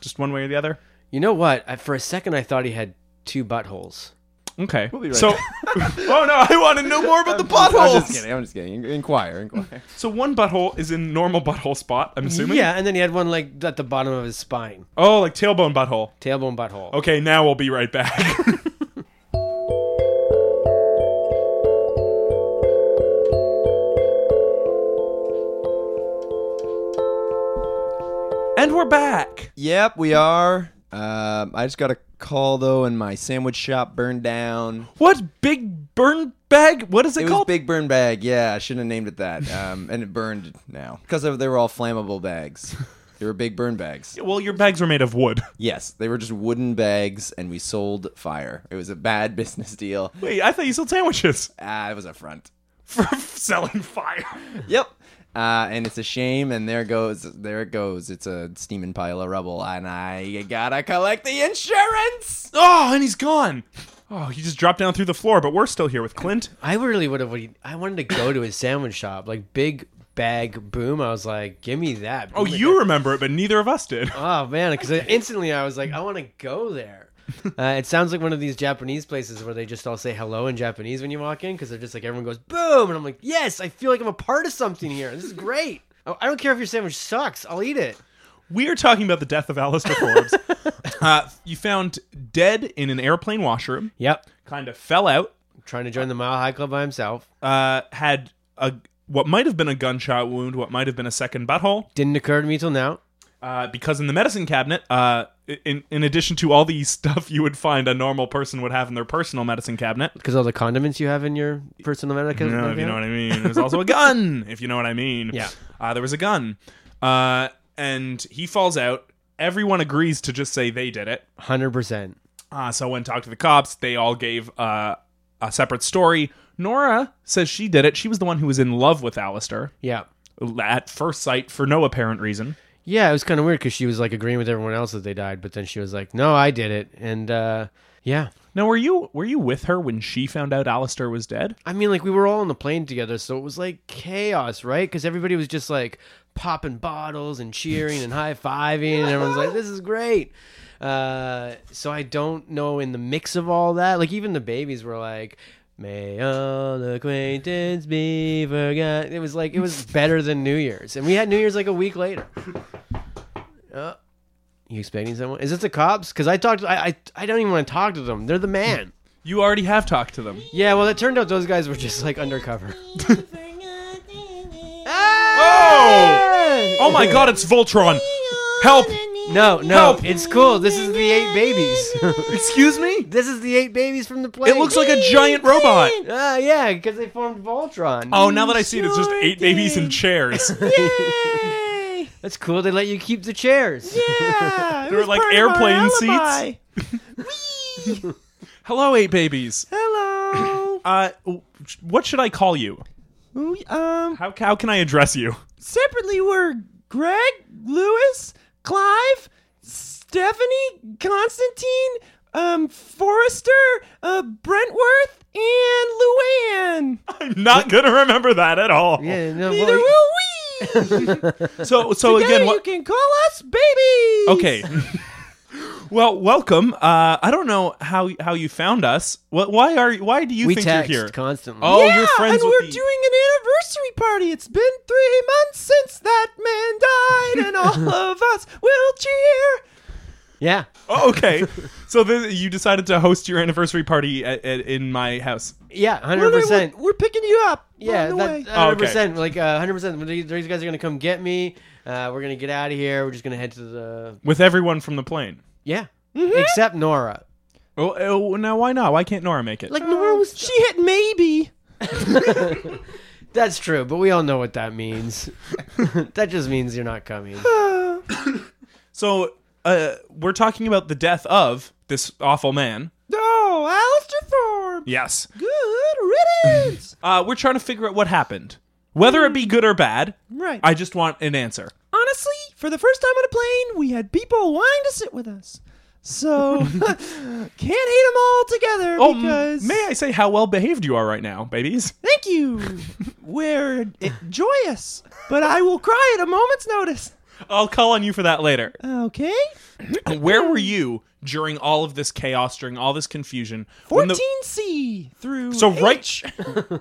Just one way or the other.
You know what? I, for a second, I thought he had two buttholes.
Okay.
be right
so, oh no, I want to know more about the
I'm just
buttholes.
kidding. I'm just kidding. In- Inquire, inquire.
So one butthole is in normal butthole spot. I'm assuming.
Yeah, and then he had one like at the bottom of his spine,
Oh, like tailbone butthole.
tailbone butthole.
Okay, now we'll be right back. and we're back.
Yep, we are. Um, I just got a call though, and my sandwich shop burned down.
What big burn bag? What is it,
It was
called?
Big Burn Bag. Yeah, I shouldn't have named it that. Um, and it burned now because they were all flammable bags. They were big burn bags.
well, your bags were made of wood.
Yes, they were just wooden bags, and we sold fire. It was a bad business deal.
Wait, I thought you sold sandwiches
Ah, it was a front.
for selling fire.
Yep. Uh, and it's a shame, and there goes, there it goes. It's a steaming pile of rubble, and I gotta collect the insurance.
Oh, and he's gone. Oh, he just dropped down through the floor, but we're still here with Clint.
I really would have. I wanted to go to his sandwich shop, like big bag boom. I was like, give me that.
Oh, Uh,
Boom it
you remember it, but neither of us did.
Oh man, because instantly I was like, I want to go there. Uh, it sounds like one of these Japanese places where they just all say hello in Japanese when you walk in, because they're just like everyone goes boom, and I'm like, yes, I feel like I'm a part of something here. This is great. Oh, I I don't care if your sandwich sucks. I'll eat it.
We are talking about the death of Alistair Forbes. uh, you found dead in an airplane washroom,
Yep.
kind of fell out,
Trying to join the Mile High Club by himself.
uh, had a what might have been a gunshot wound, what might have been a second butthole,
Didn't occur to me till now.
uh, because in the medicine cabinet, uh, in in addition to all the stuff you would find a normal person would have in their personal medicine cabinet,
Because all the condiments you have in your personal medical.
No, if you know what I mean. There's also a gun, if you know what I mean.
Yeah.
Uh, there was a gun. Uh, and he falls out. Everyone agrees to just say they did it.
Hundred percent.
Uh, so when talked to the cops, they all gave uh, a separate story. Nora says she did it. She was the one who was in love with Alistair
Yeah.
at first sight for no apparent reason.
Yeah, it was kind of weird because she was like agreeing with everyone else that they died, but then she was like, "No, I did it." And uh, yeah,
Now, were you were you with her when she found out Alistair was dead?
I mean, like we were all on the plane together, so it was like chaos, right? Because everybody was just like popping bottles and cheering and high fiving, and everyone's like, "This is great." Uh, so I don't know. In the mix of all that, like even the babies were like. May all acquaintance be forgot. It was like it was better than New Year's, and we had New Year's like a week later. Uh, you expecting someone? Is it the cops? Because I talked. I, I I don't even want to talk to them. They're the man.
You already have talked to them.
Yeah, well, it turned out those guys were just like undercover.
Oh! Oh my God! It's Voltron. Help!
No, no,
Help!
it's cool. This is the eight babies.
Excuse me.
this is the eight babies from the plane.
It looks like a giant robot.
Ah, yeah, because they formed Voltron.
Oh, now that I see it, it's just eight babies in chairs.
That's cool. They let you keep the chairs.
Yeah,
They were like airplane seats. Hello, eight babies.
Hello.
Uh, w- what should I call you?
um,
How how can I address you?
separately we're Greg, Lewis, Clive,
Stephanie, Constantine, um, Forrester, uh, Brentworth, and Luann.
I'm not gonna remember that at all.
Yeah, no, well,
Neither will we.
So so Oh, again,
Today
what,
you can call us babies.
Okay. well, welcome. Uh, I don't know how how you found us. Wh- Why are why do you
we
think
text
you're here?
constantly.
Oh,
yeah,
you're friends
and
with
we're
the-
doing an anniversary party. It's been three months since that man died, and all of us will cheer.
yeah.
Oh, okay. so then you decided to host your anniversary party at, at, in my house.
Yeah, 100%.
We're, we're, we're picking you up.
Yeah,
Run away.
that,
Oh,
100%.
okay.
Like, uh, 100%. These these guys are going to come get me. Uh, we're going to get out of here. We're just going to head to the.
with everyone from the plane.
Yeah.
Mm-hmm.
Except Nora.
Oh, oh, now why not? Why can't Nora make it?
Like, Nora was.
Um, she hit maybe.
That's true, but we all know what that means. that just means you're not coming.
so, uh, we're talking about the death of this awful man.
Oh, Alistair Thorpe.
Yes.
Good riddance.
Uh, we're trying to figure out what happened, whether it be good or bad.
Right.
I just want an answer.
Honestly, for the first time on a plane, we had people wanting to sit with us. So can't hate them all together
Oh, m-
because
may I say how well behaved you are right now, babies?
Thank you. We're eh, joyous, but I will cry at a moment's notice.
I'll call on you for that later.
Okay.
Where were you during all of this chaos, during all this confusion? when the-
14C through
so right,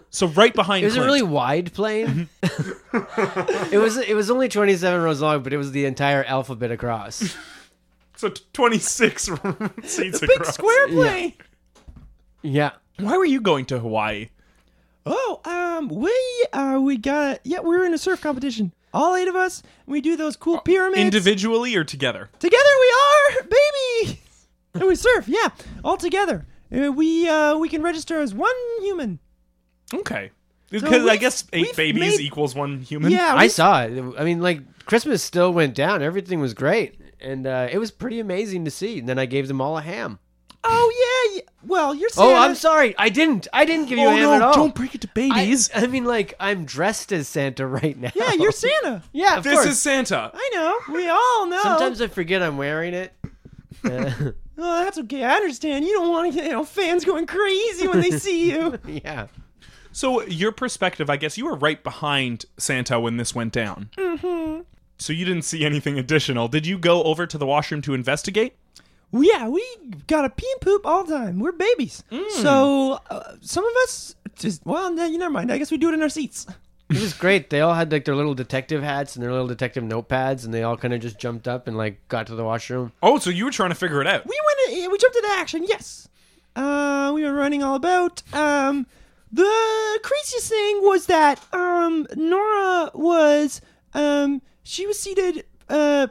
so right behind.
It was a
Clint. Mm-hmm.
really wide plane. it was it was only 27 rows long, but it was the entire alphabet across.
so twenty six seats
big
across.
square play.
Yeah.
Why were you going to Hawaii?
Oh, um, we uh, we got yeah, we were in a surf competition. All eight of us. We do those
Uh,
cool pyramids.
Individually or together?
together we are, baby. and we surf, yeah, all together. Uh, we uh, we can register as one human.
Okay.
So
Because
we've-
I guess eight
we've
babies
made-
equals one human.
Yeah,
I
we,
saw it. I mean, like Christmas still went down. Everything was great, and uh, it was pretty amazing to see. And then I gave them all a ham.
oh yeah, yeah. Well, you're.
Oh,
Santa.
I'm sorry, I didn't. I didn't give you
Oh
a ham
no!
at all.
Don't break it to
I,
babies.
I mean, like I'm dressed as Santa right now.
Yeah, you're Santa.
Yeah, of
this
course.
is Santa.
I know. We all know.
Sometimes I forget I'm wearing it. Uh,
Oh, that's okay. I understand. You don't want to, you know, fans going crazy when they see you.
yeah.
So your perspective, I guess, you were right behind Santa when this went down. Mm-hmm. So you didn't see anything additional. Did you go over to the washroom to investigate?
Well, yeah, we gotta pee and poop all the time. We're babies.
Mm.
So uh, some of us just well, no, you never mind. I guess we do it in our seats.
It was great. They all had like their little detective hats and their little detective notepads, and they all kind of just jumped up and like got to the washroom.
Oh, so you were trying to figure it out.
We went. In, we jumped into action. Yes. Uh, we were running all about. Um, the craziest thing was that um Nora was um she was seated. Uh,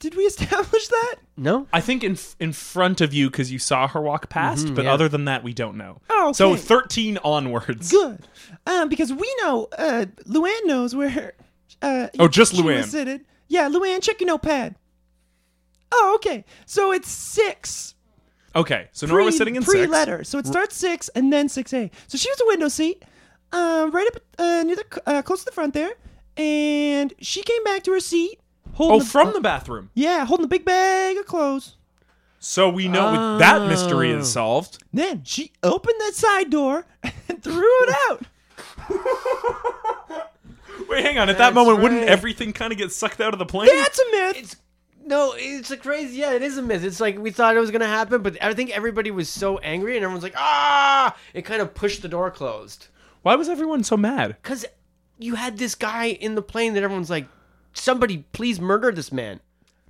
did we establish that?
No,
I think in in front of you because you saw her walk past, but
yeah.
other than that, we don't know.
Mm-hmm. Oh,
so
okay.
thirteen onwards.
Good. Um, because we know, uh, Luann knows where. Uh,
Oh, just
she
Luann.
was seated. Yeah, Luann, check your notepad. Oh, okay. So it's six.
Okay, so Nora was
pre-
sitting in
pre
six.
letter. So it starts six and then six A. So she was a window seat, uh, right up uh, near the c- uh, close to the front there, and she came back to her seat. Holding
Oh,
the-
from the bathroom.
yeah, holding a big bag of clothes.
So we know with- that mystery
Oh.
is solved.
Then she opened that side door and threw it out.
Wait, hang on. At that
That's
moment, wouldn't
right.
everything kind of get sucked out of the plane?
That's a myth.
it's no, it's a crazy. Yeah, it is a myth. It's like we thought it was gonna happen, but I think everybody was so angry, and everyone's like, ah! It kind of pushed the door closed
Why was everyone so mad?
because you had this guy in the plane that everyone's like, somebody please murder this man.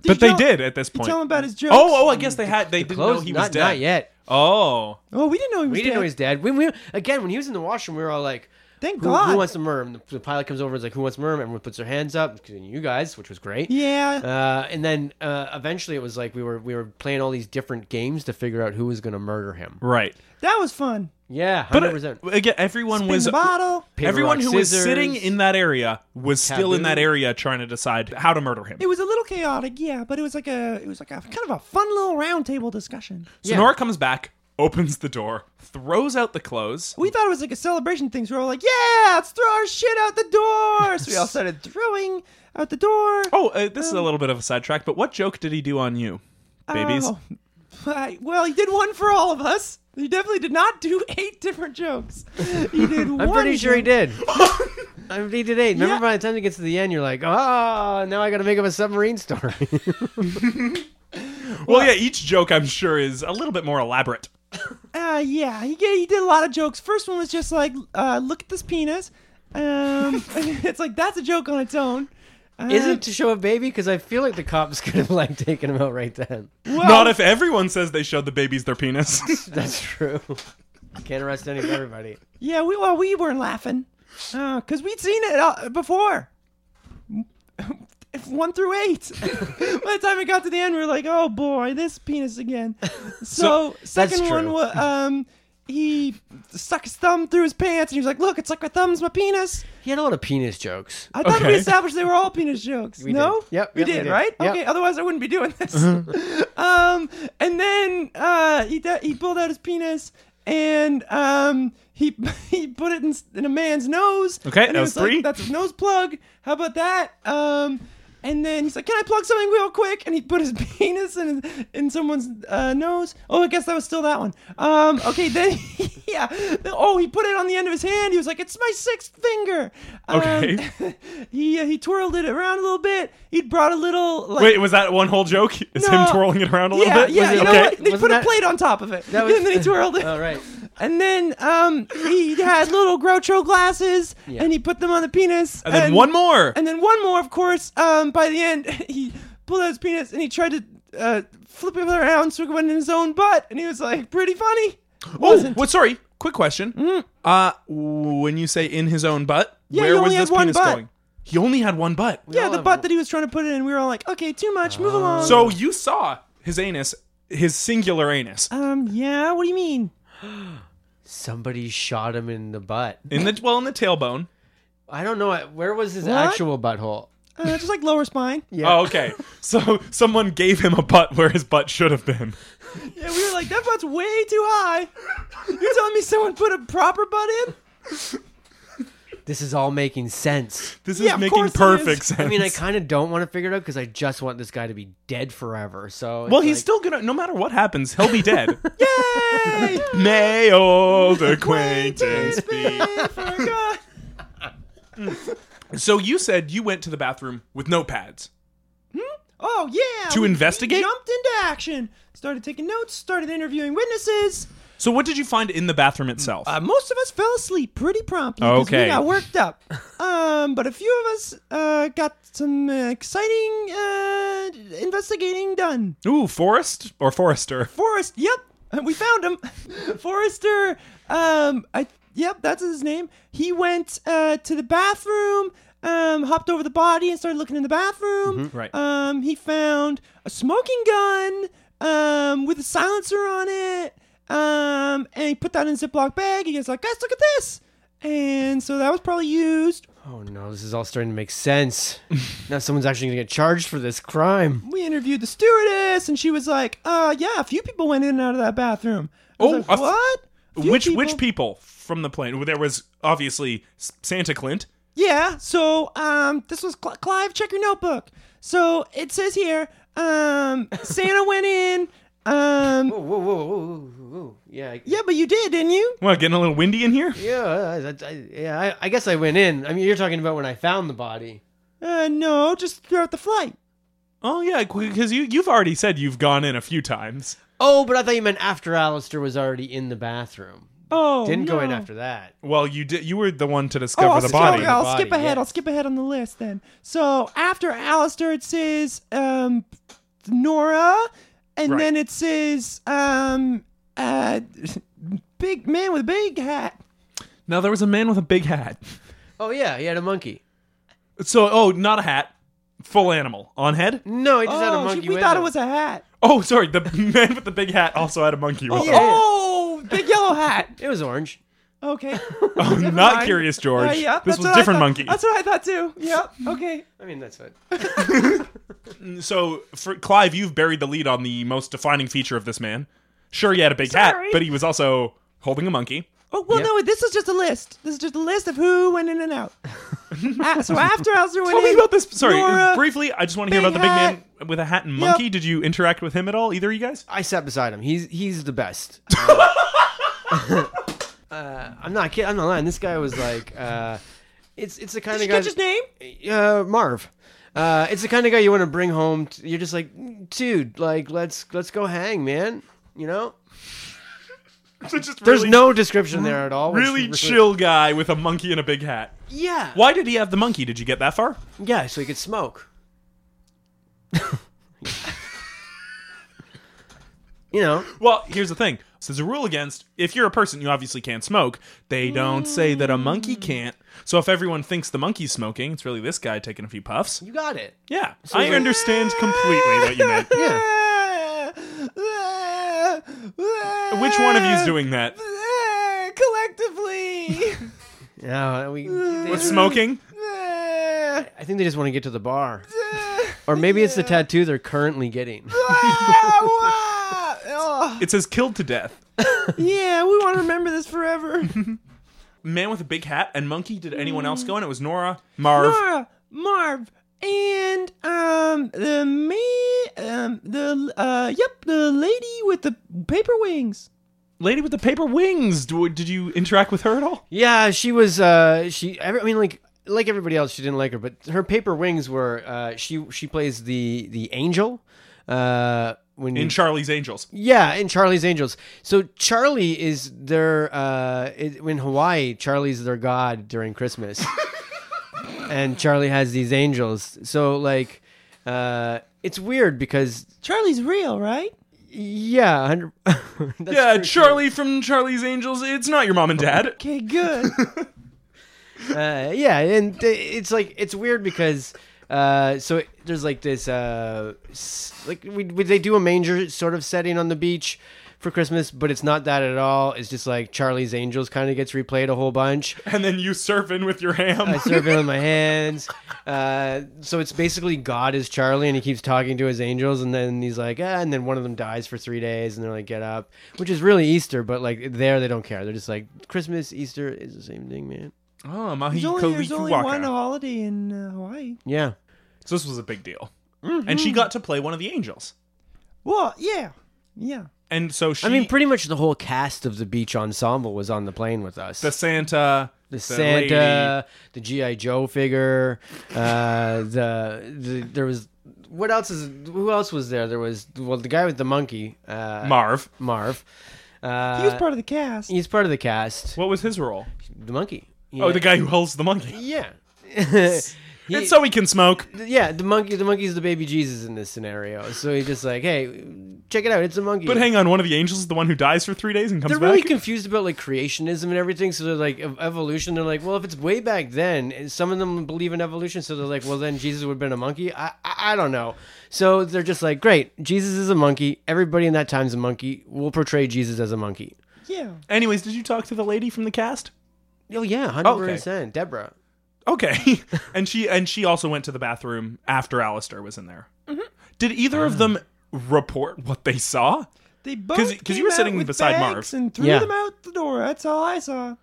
but they
tell-
did at this point.
Tell him about his jokes.
oh, oh, I guess they had. They didn't know
Closed?
he
not,
was dead.
not yet.
Oh,
Oh, we didn't know he was
We didn't
dead.
know he's dead. When we again, when he was in the washroom, we were all like,
Thank
who,
God.
Who wants to murder him?" The, the pilot comes over and is like, "Who wants to murder him?" Everyone puts their hands up, including you guys, which was great.
Yeah.
Uh, and then uh, eventually, it was like we were we were playing all these different games to figure out who was going to murder him.
right.
that was fun.
Yeah,
But
hundred
uh,
percent.
again, everyone
In
was.
the bottle.
Paper,
everyone
rock,
who was
scissors.
sitting in that area was still in
Taboo.
that area trying to decide how to murder him.
It was a little chaotic, yeah, but it was like a it was like a kind of a fun little round table discussion.
so
yeah.
Nora comes back, opens the door, throws out the clothes.
We thought it was like a celebration thing, so we were like, "Yeah, let's throw our shit out the door." So we all started throwing out the door.
Oh,
Um,
Oh, uh, this is a little bit of a sidetrack, but what joke did he do on you? babies.
Oh. Right. Well, he did one for all of us. He definitely did not do eight different jokes. He did one.
I'm pretty sure he
joke.
did. I mean, he did eight. Remember,
Yeah.
by the time it gets to the end, you're like, oh, now I got to make up a submarine story.
Well, yeah, each joke I'm sure is a little bit more elaborate.
Uh, yeah, he, ga- he did a lot of jokes. First one was just like, uh, look at this penis. Um, it's like, that's a joke on its own. Uh,
Is it to show a baby? Because I feel like the cops could have like taken him out right then.
well,
Not if everyone says they showed the babies their penis.
That's true. Can't arrest any everybody.
Yeah, we, well, we weren't laughing. Because we'd seen it all, before. One through eight. By the time it got to the end, we were like, oh boy, this penis again. So, second one
true.
was, um, he stuck his thumb through his pants and he was like, look, it's like my thumb's my penis.
He had a lot of penis jokes.
I thought we
Okay.
established they were all penis jokes.
We did.
no?
Yep,
We
yep, we
did,
did.
right?
Yep.
Okay, otherwise I wouldn't be doing this. um, and then uh, he, d- he pulled out his penis and um, he he put it in, s- in a man's nose.
Okay,
and
that
he
was three.
Like, That's his nose plug. How about that? Um, and then he's like, "Can I plug something real quick?" And he put his penis in in someone's uh, nose. Oh, I guess that was still that one. Um, okay, then yeah. Oh, he put it on the end of his hand. He was like, "It's my sixth finger." Um,
Okay.
he uh, he twirled it around a little bit. He brought a little like
Wait, was that one whole joke? Is him
No.
twirling it around a little
yeah,
bit?
Yeah,
it-
you know
okay.
what? They
Wasn't
put
that-
a plate on top of it.
That was-
and then he twirled it.
All right.
And then um, he had little Groucho glasses and he put them on the penis.
And then one more.
And then one more, of course. Um, by the end, he pulled out his penis and he tried to uh, flip it around so it went in his own butt. And he was like, pretty funny.
oh, what? Sorry. Quick question. Uh, when you say in his own butt,
Mm. Yeah, he
where was
only had
this
one
penis
butt.
going? He only had one butt.
yeah,
all
the
have Uh.
butt that he was trying to put it in, we were all like, okay, too much, move along.
So you saw his anus, his singular anus,
um, yeah, what do you mean?
Somebody shot him in the butt.
in the well in the tailbone.
I don't know. Where was his
What?
actual butthole?
Uh, just like lower spine.
Yeah.
Oh, okay. So someone gave him a butt where his butt should have been.
Yeah, we were like, that butt's way too high. You're telling me someone put a proper butt in?
This is all making sense.
This
Yeah,
is
of
making
course it
perfect
is.
sense.
I mean, I kind of don't want to figure it out because I just want this guy to be dead forever. So, it's
well, he's
like-
still gonna. No matter what happens, he'll be dead. yeah.
Hey!
May old acquaintance be.
Hey, forgot.
So you said you went to the bathroom with notepads.
Oh yeah.
To
we-
investigate?
we jumped into action. Started taking notes. Started interviewing witnesses.
So what did you find in the bathroom itself?
Uh, most of us fell asleep pretty promptly 'cause
Okay.
we got worked up. um, but a few of us uh, got some uh, exciting uh, investigating done.
Ooh, Forrest or Forrester.
Forrest. Yep, we found him. Forrester. Um, I. Yep, that's his name. He went uh, to the bathroom. Um, hopped over the body and started looking in the bathroom.
Mm-hmm. Right.
Um, he found a smoking gun. Um, with a silencer on it. Um, and he put that in a Ziploc bag. He was like, guys, look at this. And so that was probably used.
Oh no, this is all starting to make sense. now someone's actually going to get charged for this crime.
We interviewed the stewardess, and she was like, uh, yeah, a few people went in and out of that bathroom. I was
Oh,
like,
a f-
what? A few
which which people from the plane? Well, there was obviously S- Santa Clint.
Yeah. So, um, this was Cl- Clive. Check your notebook. So it says here, um, Santa went in. Um,
Whoa, whoa, whoa, whoa, whoa, whoa, whoa. Yeah, I,
yeah, but you did, didn't you?
Well, getting a little windy in here.
yeah, I, I, yeah. I, I guess I went in. I mean, you're talking about when I found the body.
Uh, no, just throughout the flight.
Oh yeah, because you you've already said you've gone in a few times.
Oh, but I thought you meant after Alistair was already in the bathroom.
Oh,
Didn't go
no.
in after that.
Well, you did. You were the one to
Oh,
discover
I'll,
the
skip-
body.
I'll
The
skip
body,
ahead.
yeah.
I'll skip ahead on the list then. So after Alistair, it says um, Nora, and
Right.
then it says um, uh, big man with a big hat.
Now there was a man with a big hat.
Oh yeah, he had a monkey.
So oh, not a hat, full animal on head.
No, he just had a
oh,
monkey.
we
with
thought
him.
it was a hat.
Oh, sorry, the man with the big hat also had a monkey. With him.
yeah.
Oh, big yellow hat.
It was orange.
Okay.
Oh,
Never
not
mind.
curious George.
Uh, yeah,
this
that's
was
what I
different
thought-
monkey.
That's what I thought too. Yep. Okay.
I mean, that's it.
So, for Clive, you've buried the lead on the most defining feature of this man. Sure, he had a big hat,
Sorry.
but he was also holding a monkey.
Oh well,
Yep.
no. This is just a list. This is just a list of who went in and out. Ah, so after Alistair went
Tell me
in,
about this. Sorry, uh,
Nora,
briefly. I just want to hear
big
about the big man
hat,
with a hat and monkey. Did you interact with him at all? Either of you guys?
I sat beside him. He's he's the best. Um, Uh, I'm not kidding. I'm not lying. This guy was like, uh, it's it's the kind of guy.
What's his name?
uh, Marv. Uh, it's the kind of guy you want to bring home. To, you're just like, dude, like let's let's go hang, man. You know, there's no description there at all. which
really
was-
chill guy with a monkey and a big hat.
Yeah.
Why did he have the monkey? Did you get that far?
Yeah, so he could smoke. you know,
Well, here's the thing. So there's a rule against if you're a person, you obviously can't smoke. They don't say that a monkey can't. So if everyone thinks the monkey's smoking, it's really this guy taking a few puffs.
you got it.
Yeah, I understand completely what you meant.
Yeah.
Which one of you is doing that?
Collectively.
Yeah, we. they-
With smoking?
I think they just want to get to the bar, or maybe it's the tattoo they're currently getting.
It says killed to death.
yeah, we want to remember this forever.
Man with a big hat and monkey. Did anyone else go in? It was Nora, Marv.
Marv, Marv, and um the man, um the uh yep, the lady with the paper wings.
Lady with the paper wings. Do, did you interact with her at all?
Yeah, she was. Uh, she. every- I mean, like like everybody else, she didn't like her, but her paper wings were. Uh, she she plays the the angel. Uh, when
In Charlie's Angels.
Yeah, in Charlie's Angels. So Charlie is their uh is- in Hawaii, Charlie's their god during Christmas. and Charlie has these angels. So like uh it's weird because
Charlie's real, right?
yeah, 100 that's
Yeah,
true.
Charlie from Charlie's Angels. It's not your mom and dad.
Okay, good.
uh, yeah, and th- it's like it's weird because uh, so it, there's like this uh, s- like we, we they do a manger sort of setting on the beach for Christmas, but it's not that at all. It's just like Charlie's Angels kind of gets replayed a whole bunch.
And then you surf in with your ham.
I serve it with my hands. Uh, so it's basically God is Charlie, and he keeps talking to his angels, and then he's like, ah, and then one of them dies for three days, and they're like, get up, which is really Easter, but like there they don't care. They're just like Christmas, Easter is the same thing, man.
Oh,
There's
Mahi
only, there's
Koliki
only
Waka.
one holiday in uh, Hawaii.
Yeah.
So this was a big deal.
Mm-hmm.
And she got to play one of the angels.
Well, yeah, yeah.
And so she
I mean, pretty much the whole cast of the Beach Ensemble was on the plane with us.
the Santa,
the
lady.
Santa, the GI Joe figure, uh, the, the there was what else is who else was there? There was well the guy with the monkey, uh,
Marv.
Marv. Uh,
He was part of the cast.
He's part of the cast.
What was his role?
The monkey.
Oh, the guy who holds the monkey.
Yeah.
And so he can smoke.
yeah, the monkey. The monkey's the baby Jesus in this scenario. So he's just like, hey, check it out. It's a monkey.
But hang on, one of the angels is the one who dies for three days and comes
they're really
back.
confused about like creationism and everything. So they're like ev- evolution. They're like, well, if it's way back then, and some of them believe in evolution. So they're like, well, then Jesus would have been a monkey. I, I I don't know. So they're just like, great, Jesus is a monkey. Everybody in that time's a monkey. We'll portray Jesus as a monkey.
Yeah.
Anyways, did you talk to the lady from the cast?
Oh yeah, hundred percent, Deborah.
Okay. and she and she also went to the bathroom after Alistair was in there.
Mm-hmm.
Did either
Ah.
of them report what they saw?
They both
'Cause- 'cause
because
you were sitting beside Marv.
and threw
Yeah.
them out the door. That's all I saw.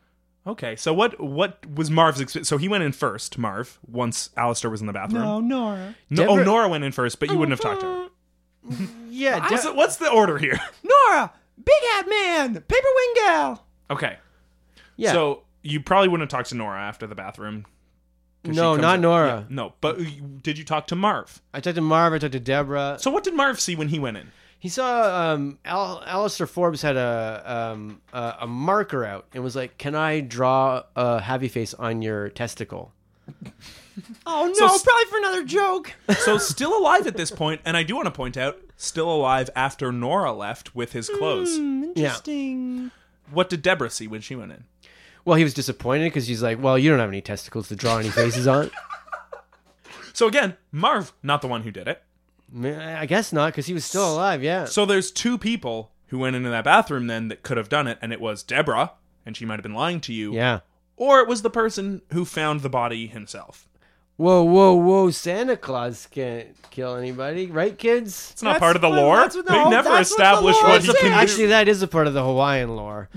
Okay, so what what was Marv's exp- so he went in first, Marv, once Alistair was in the bathroom.
No, Nora. Mm,
No, oh,
Deborah-
Nora went in first, but you wouldn't have talked to her.
Yeah, De-
What's the, what's the order here?
Nora, big hat man, paper wing gal.
Okay.
yeah.
So you probably wouldn't have talked to Nora after the bathroom. 'cause she
no,
comes
not
in-
Nora.
yeah, no, but you- did you talk to Marv?
I talked to Marv. I talked to Deborah.
So what did Marv see when he went in?
He saw um, Al- Alistair Forbes had a, um, a a marker out and was like, "Can I draw a happy face on your testicle?"
Oh no,
So s-
probably for another joke.
So still alive at this point, and I do want to point out, still alive after Nora left with his clothes.
Hmm.
Interesting.
What did Deborah see when she went in?
Well, he was disappointed because he's like, "Well, you don't have any testicles to draw any faces on."
So again, Marv, not the one who did it.
Man, I guess not because he was still alive. Yeah.
So there's two people who went into that bathroom then that could have done it, and it was Deborah, and she might have been lying to you.
yeah.
Or it was the person who found the body himself.
Whoa, whoa, whoa! Santa Claus can't kill anybody, right, kids?
It's not
That's
part of the
what-
lore.
that's what the
they
whole-
never
that's what the
established
lore
what he
says.
can do.
Actually, that is a part of the Hawaiian lore.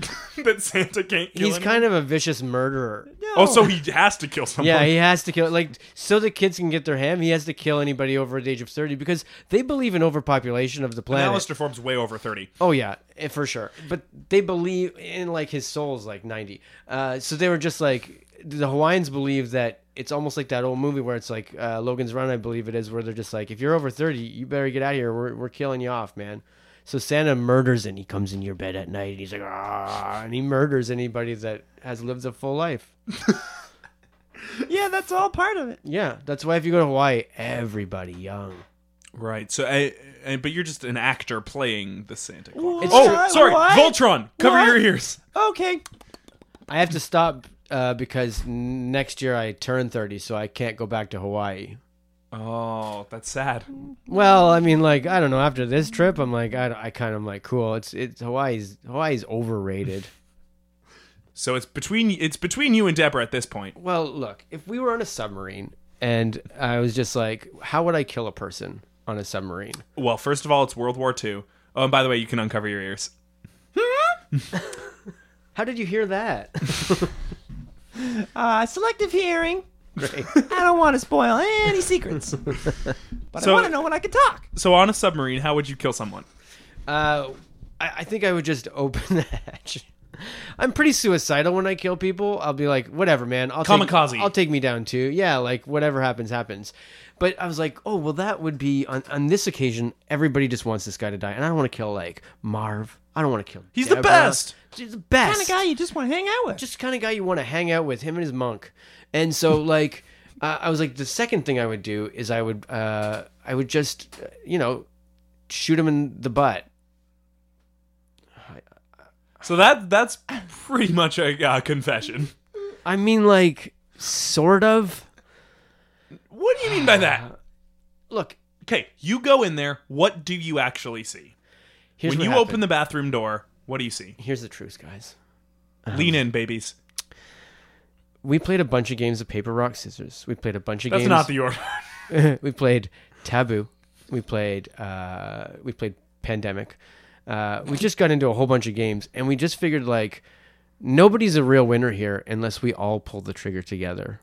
that Santa can't kill.
He's kind of a vicious murderer.
Oh,
Also, he has to kill someone.
Yeah, he has to kill like so the kids can get their ham. He has to kill anybody over the age of thirty because they believe in overpopulation of the
And
planet.
Alistair Forbes way over thirty.
Oh yeah, eh, for sure. But they believe in like his soul's like ninety. Uh, so they were just like the Hawaiians believe that it's almost like that old movie where it's like uh, Logan's Run, I believe it is, where they're just like, if you're over thirty, you better get out of here. We're we're killing you off, man. So Santa murders and he comes in your bed at night and he's like ah, and he murders anybody that has lived a full life.
yeah, that's all part of it.
Yeah, that's why if you go to Hawaii, everybody young.
Right. So, I, I, but you're just an actor playing the Santa Claus.
It's
oh,
true.
sorry,
What?
Voltron. Cover
What?
your ears.
Okay.
I have to stop uh, because n- next year I turn thirty, so I can't go back to Hawaii.
Oh, that's sad.
Well, I mean, like I don't know. After this trip, I'm like, I, I kind of am like, cool. It's it's Hawaii's Hawaii's overrated.
So it's between it's between you and Deborah at this point.
well, look, if we were on a submarine and I was just like, how would I kill a person on a submarine?
Well, first of all, it's World War II. Oh, and by the way, you can uncover your ears.
How did you hear that?
Uh, selective hearing. I don't want to spoil any secrets, but
So-
I want to know when I can talk.
So on a submarine, how would you kill someone?
Uh, I, I think I would just open the hatch. I'm pretty suicidal when I kill people. I'll be like, whatever, man. I'll
Kamikaze.
Take, I'll take me down too. Yeah, like whatever happens, happens. But I was like, oh well, that would be on, on this occasion. Everybody just wants this guy to die, and I don't want to kill like Marv. I don't want to kill.
He's the
Deborah.
best.
He's the best
Kind of guy you just want to hang out with.
just kind of guy you want to hang out with him and his monk and so like uh, i was like the second thing i would do is i would uh i would just uh, you know shoot him in the butt
So that that's pretty much a uh, confession.
i mean like sort of
What do you mean by that?
look
Okay, you go in there. What do you actually see?
here's
when
what
you
happened.
open the bathroom door, what do you see?
here's the truth guys Um,
Lean in, babies.
we played a bunch of games of paper rock scissors we played a bunch of
That's
games
not the order.
we played taboo we played uh we played pandemic uh we just got into a whole bunch of games and we just figured like nobody's a real winner here unless we all pull the trigger together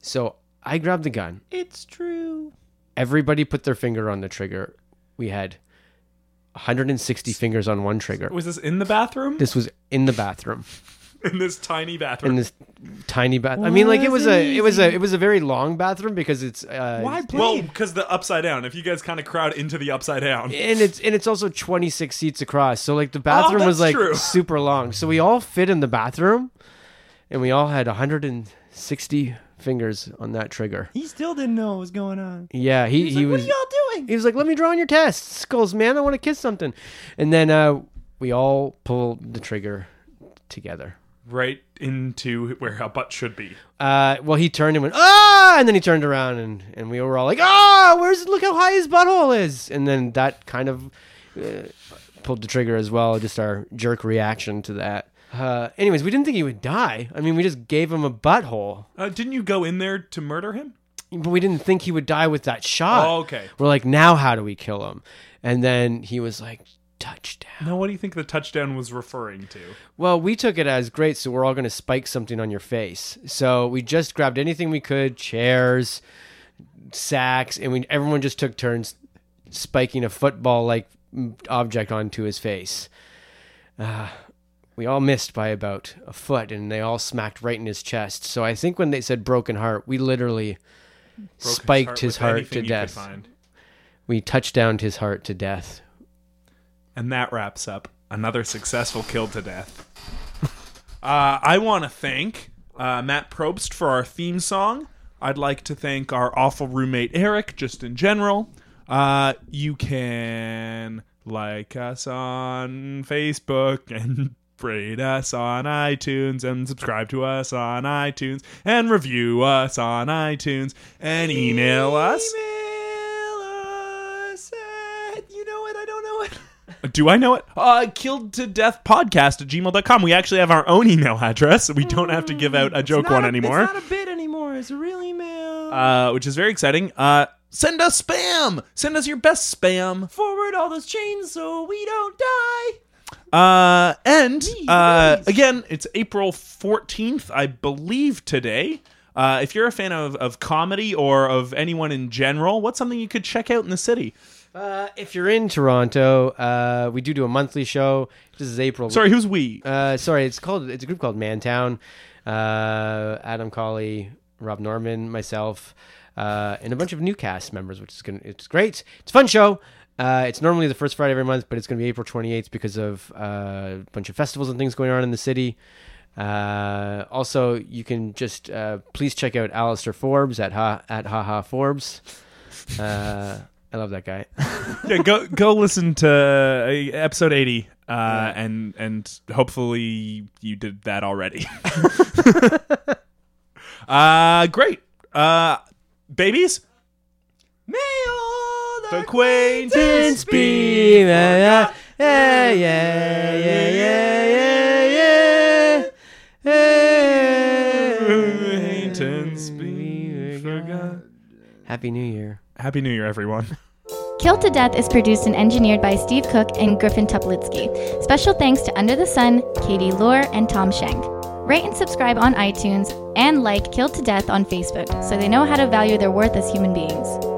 so i grabbed the gun
it's true.
everybody put their finger on the trigger we had 160 fingers on one trigger
Was this in the bathroom?
this was in the bathroom
in this tiny bathroom.
in this tiny bath i mean like it was a it was a
Wasn't
it was a very long bathroom because it's uh
Why
well,
blade?
because the upside down. If you guys kind of crowd into the upside down,
and it's and it's also 26 seats across so like the
Oh,
bathroom was
that's
like
true.
super long so we all fit in the bathroom and we all had 160 fingers on that trigger
he still didn't know what was going on.
yeah he
He's
he
like,
was
what are y'all
he
doing?
was like let me draw on your testicles man i want to kiss something and then uh we all pulled the trigger together
right into where a butt should be.
uh, well, he turned and went ah, and then he turned around and and we were all like ah, where's look how high his butthole is, and then that kind of uh, pulled the trigger as well, just our jerk reaction to that. Uh, anyways, we didn't think he would die. I mean, we just gave him a butthole,
Uh, didn't you go in there to murder him?
but we didn't think he would die with that shot.
Oh, okay.
We're like, now how do we kill him? And then he was like, touchdown.
Now, what do you think the touchdown was referring to?
Well, we took it as great, so we're all going to spike something on your face. So we just grabbed anything we could, chairs, sacks, and we everyone just took turns spiking a football like object onto his face. Uh, we all missed by about a foot, and they all smacked right in his chest. So I think when they said broken heart, we literally spiked his
with
heart
anything
to
you could
death.
find.
We touchdowned his heart to death.
And that wraps up another successful kill to death. Uh, I want to thank uh, Matt Probst for our theme song. I'd like to thank our awful roommate Eric, just in general. Uh, you can like us on Facebook and rate us on iTunes and subscribe to us on iTunes and review us on iTunes and email us.
Email us at- you know what? I don't know it.
Do I know it? Uh, killed to death podcast at gmail.com. We actually have our own email address. We don't have to give out a joke
Not
one
a-
anymore,
It's not a bit anymore. It's a real email.
uh, which is very exciting. Uh, send us spam. Send us your best spam.
Forward all those chains so we don't die.
Uh, and uh, again, it's April 14th, I believe, today. Uh, if you're a fan of, of comedy or of anyone in general, what's something you could check out in the city?
Uh, if you're in Toronto, uh, we do do a monthly show. This is April.
Sorry, who's we?
Uh, sorry, it's called. It's a group called Mantown. Uh, Adam Colley, Rob Norman, myself, uh, and a bunch of new cast members, which is gonna. It's great. It's a fun show. Uh, it's normally the first Friday of every month, but it's going to be April 28th because of uh, a bunch of festivals and things going on in the city. Uh, also, you can just uh, please check out Alistair Forbes at ha at ha ha Forbes. Uh, I love that guy.
yeah, go go listen to uh, episode 80, uh, and and hopefully you did that already. uh, great, uh, babies. May all acquaintance
be yeah, yeah, yeah, yeah, yeah, yeah, yeah,
Acquaintance be forgot.
Happy New Year.
Happy New Year, everyone.
Killed to Death is produced and engineered by Steve Cook and Griffin Tuplitsky. Special thanks to Under the Sun, Katie Lohr, and Tom Schenk. Rate and subscribe on iTunes and like Killed to Death on Facebook so they know how to value their worth as human beings.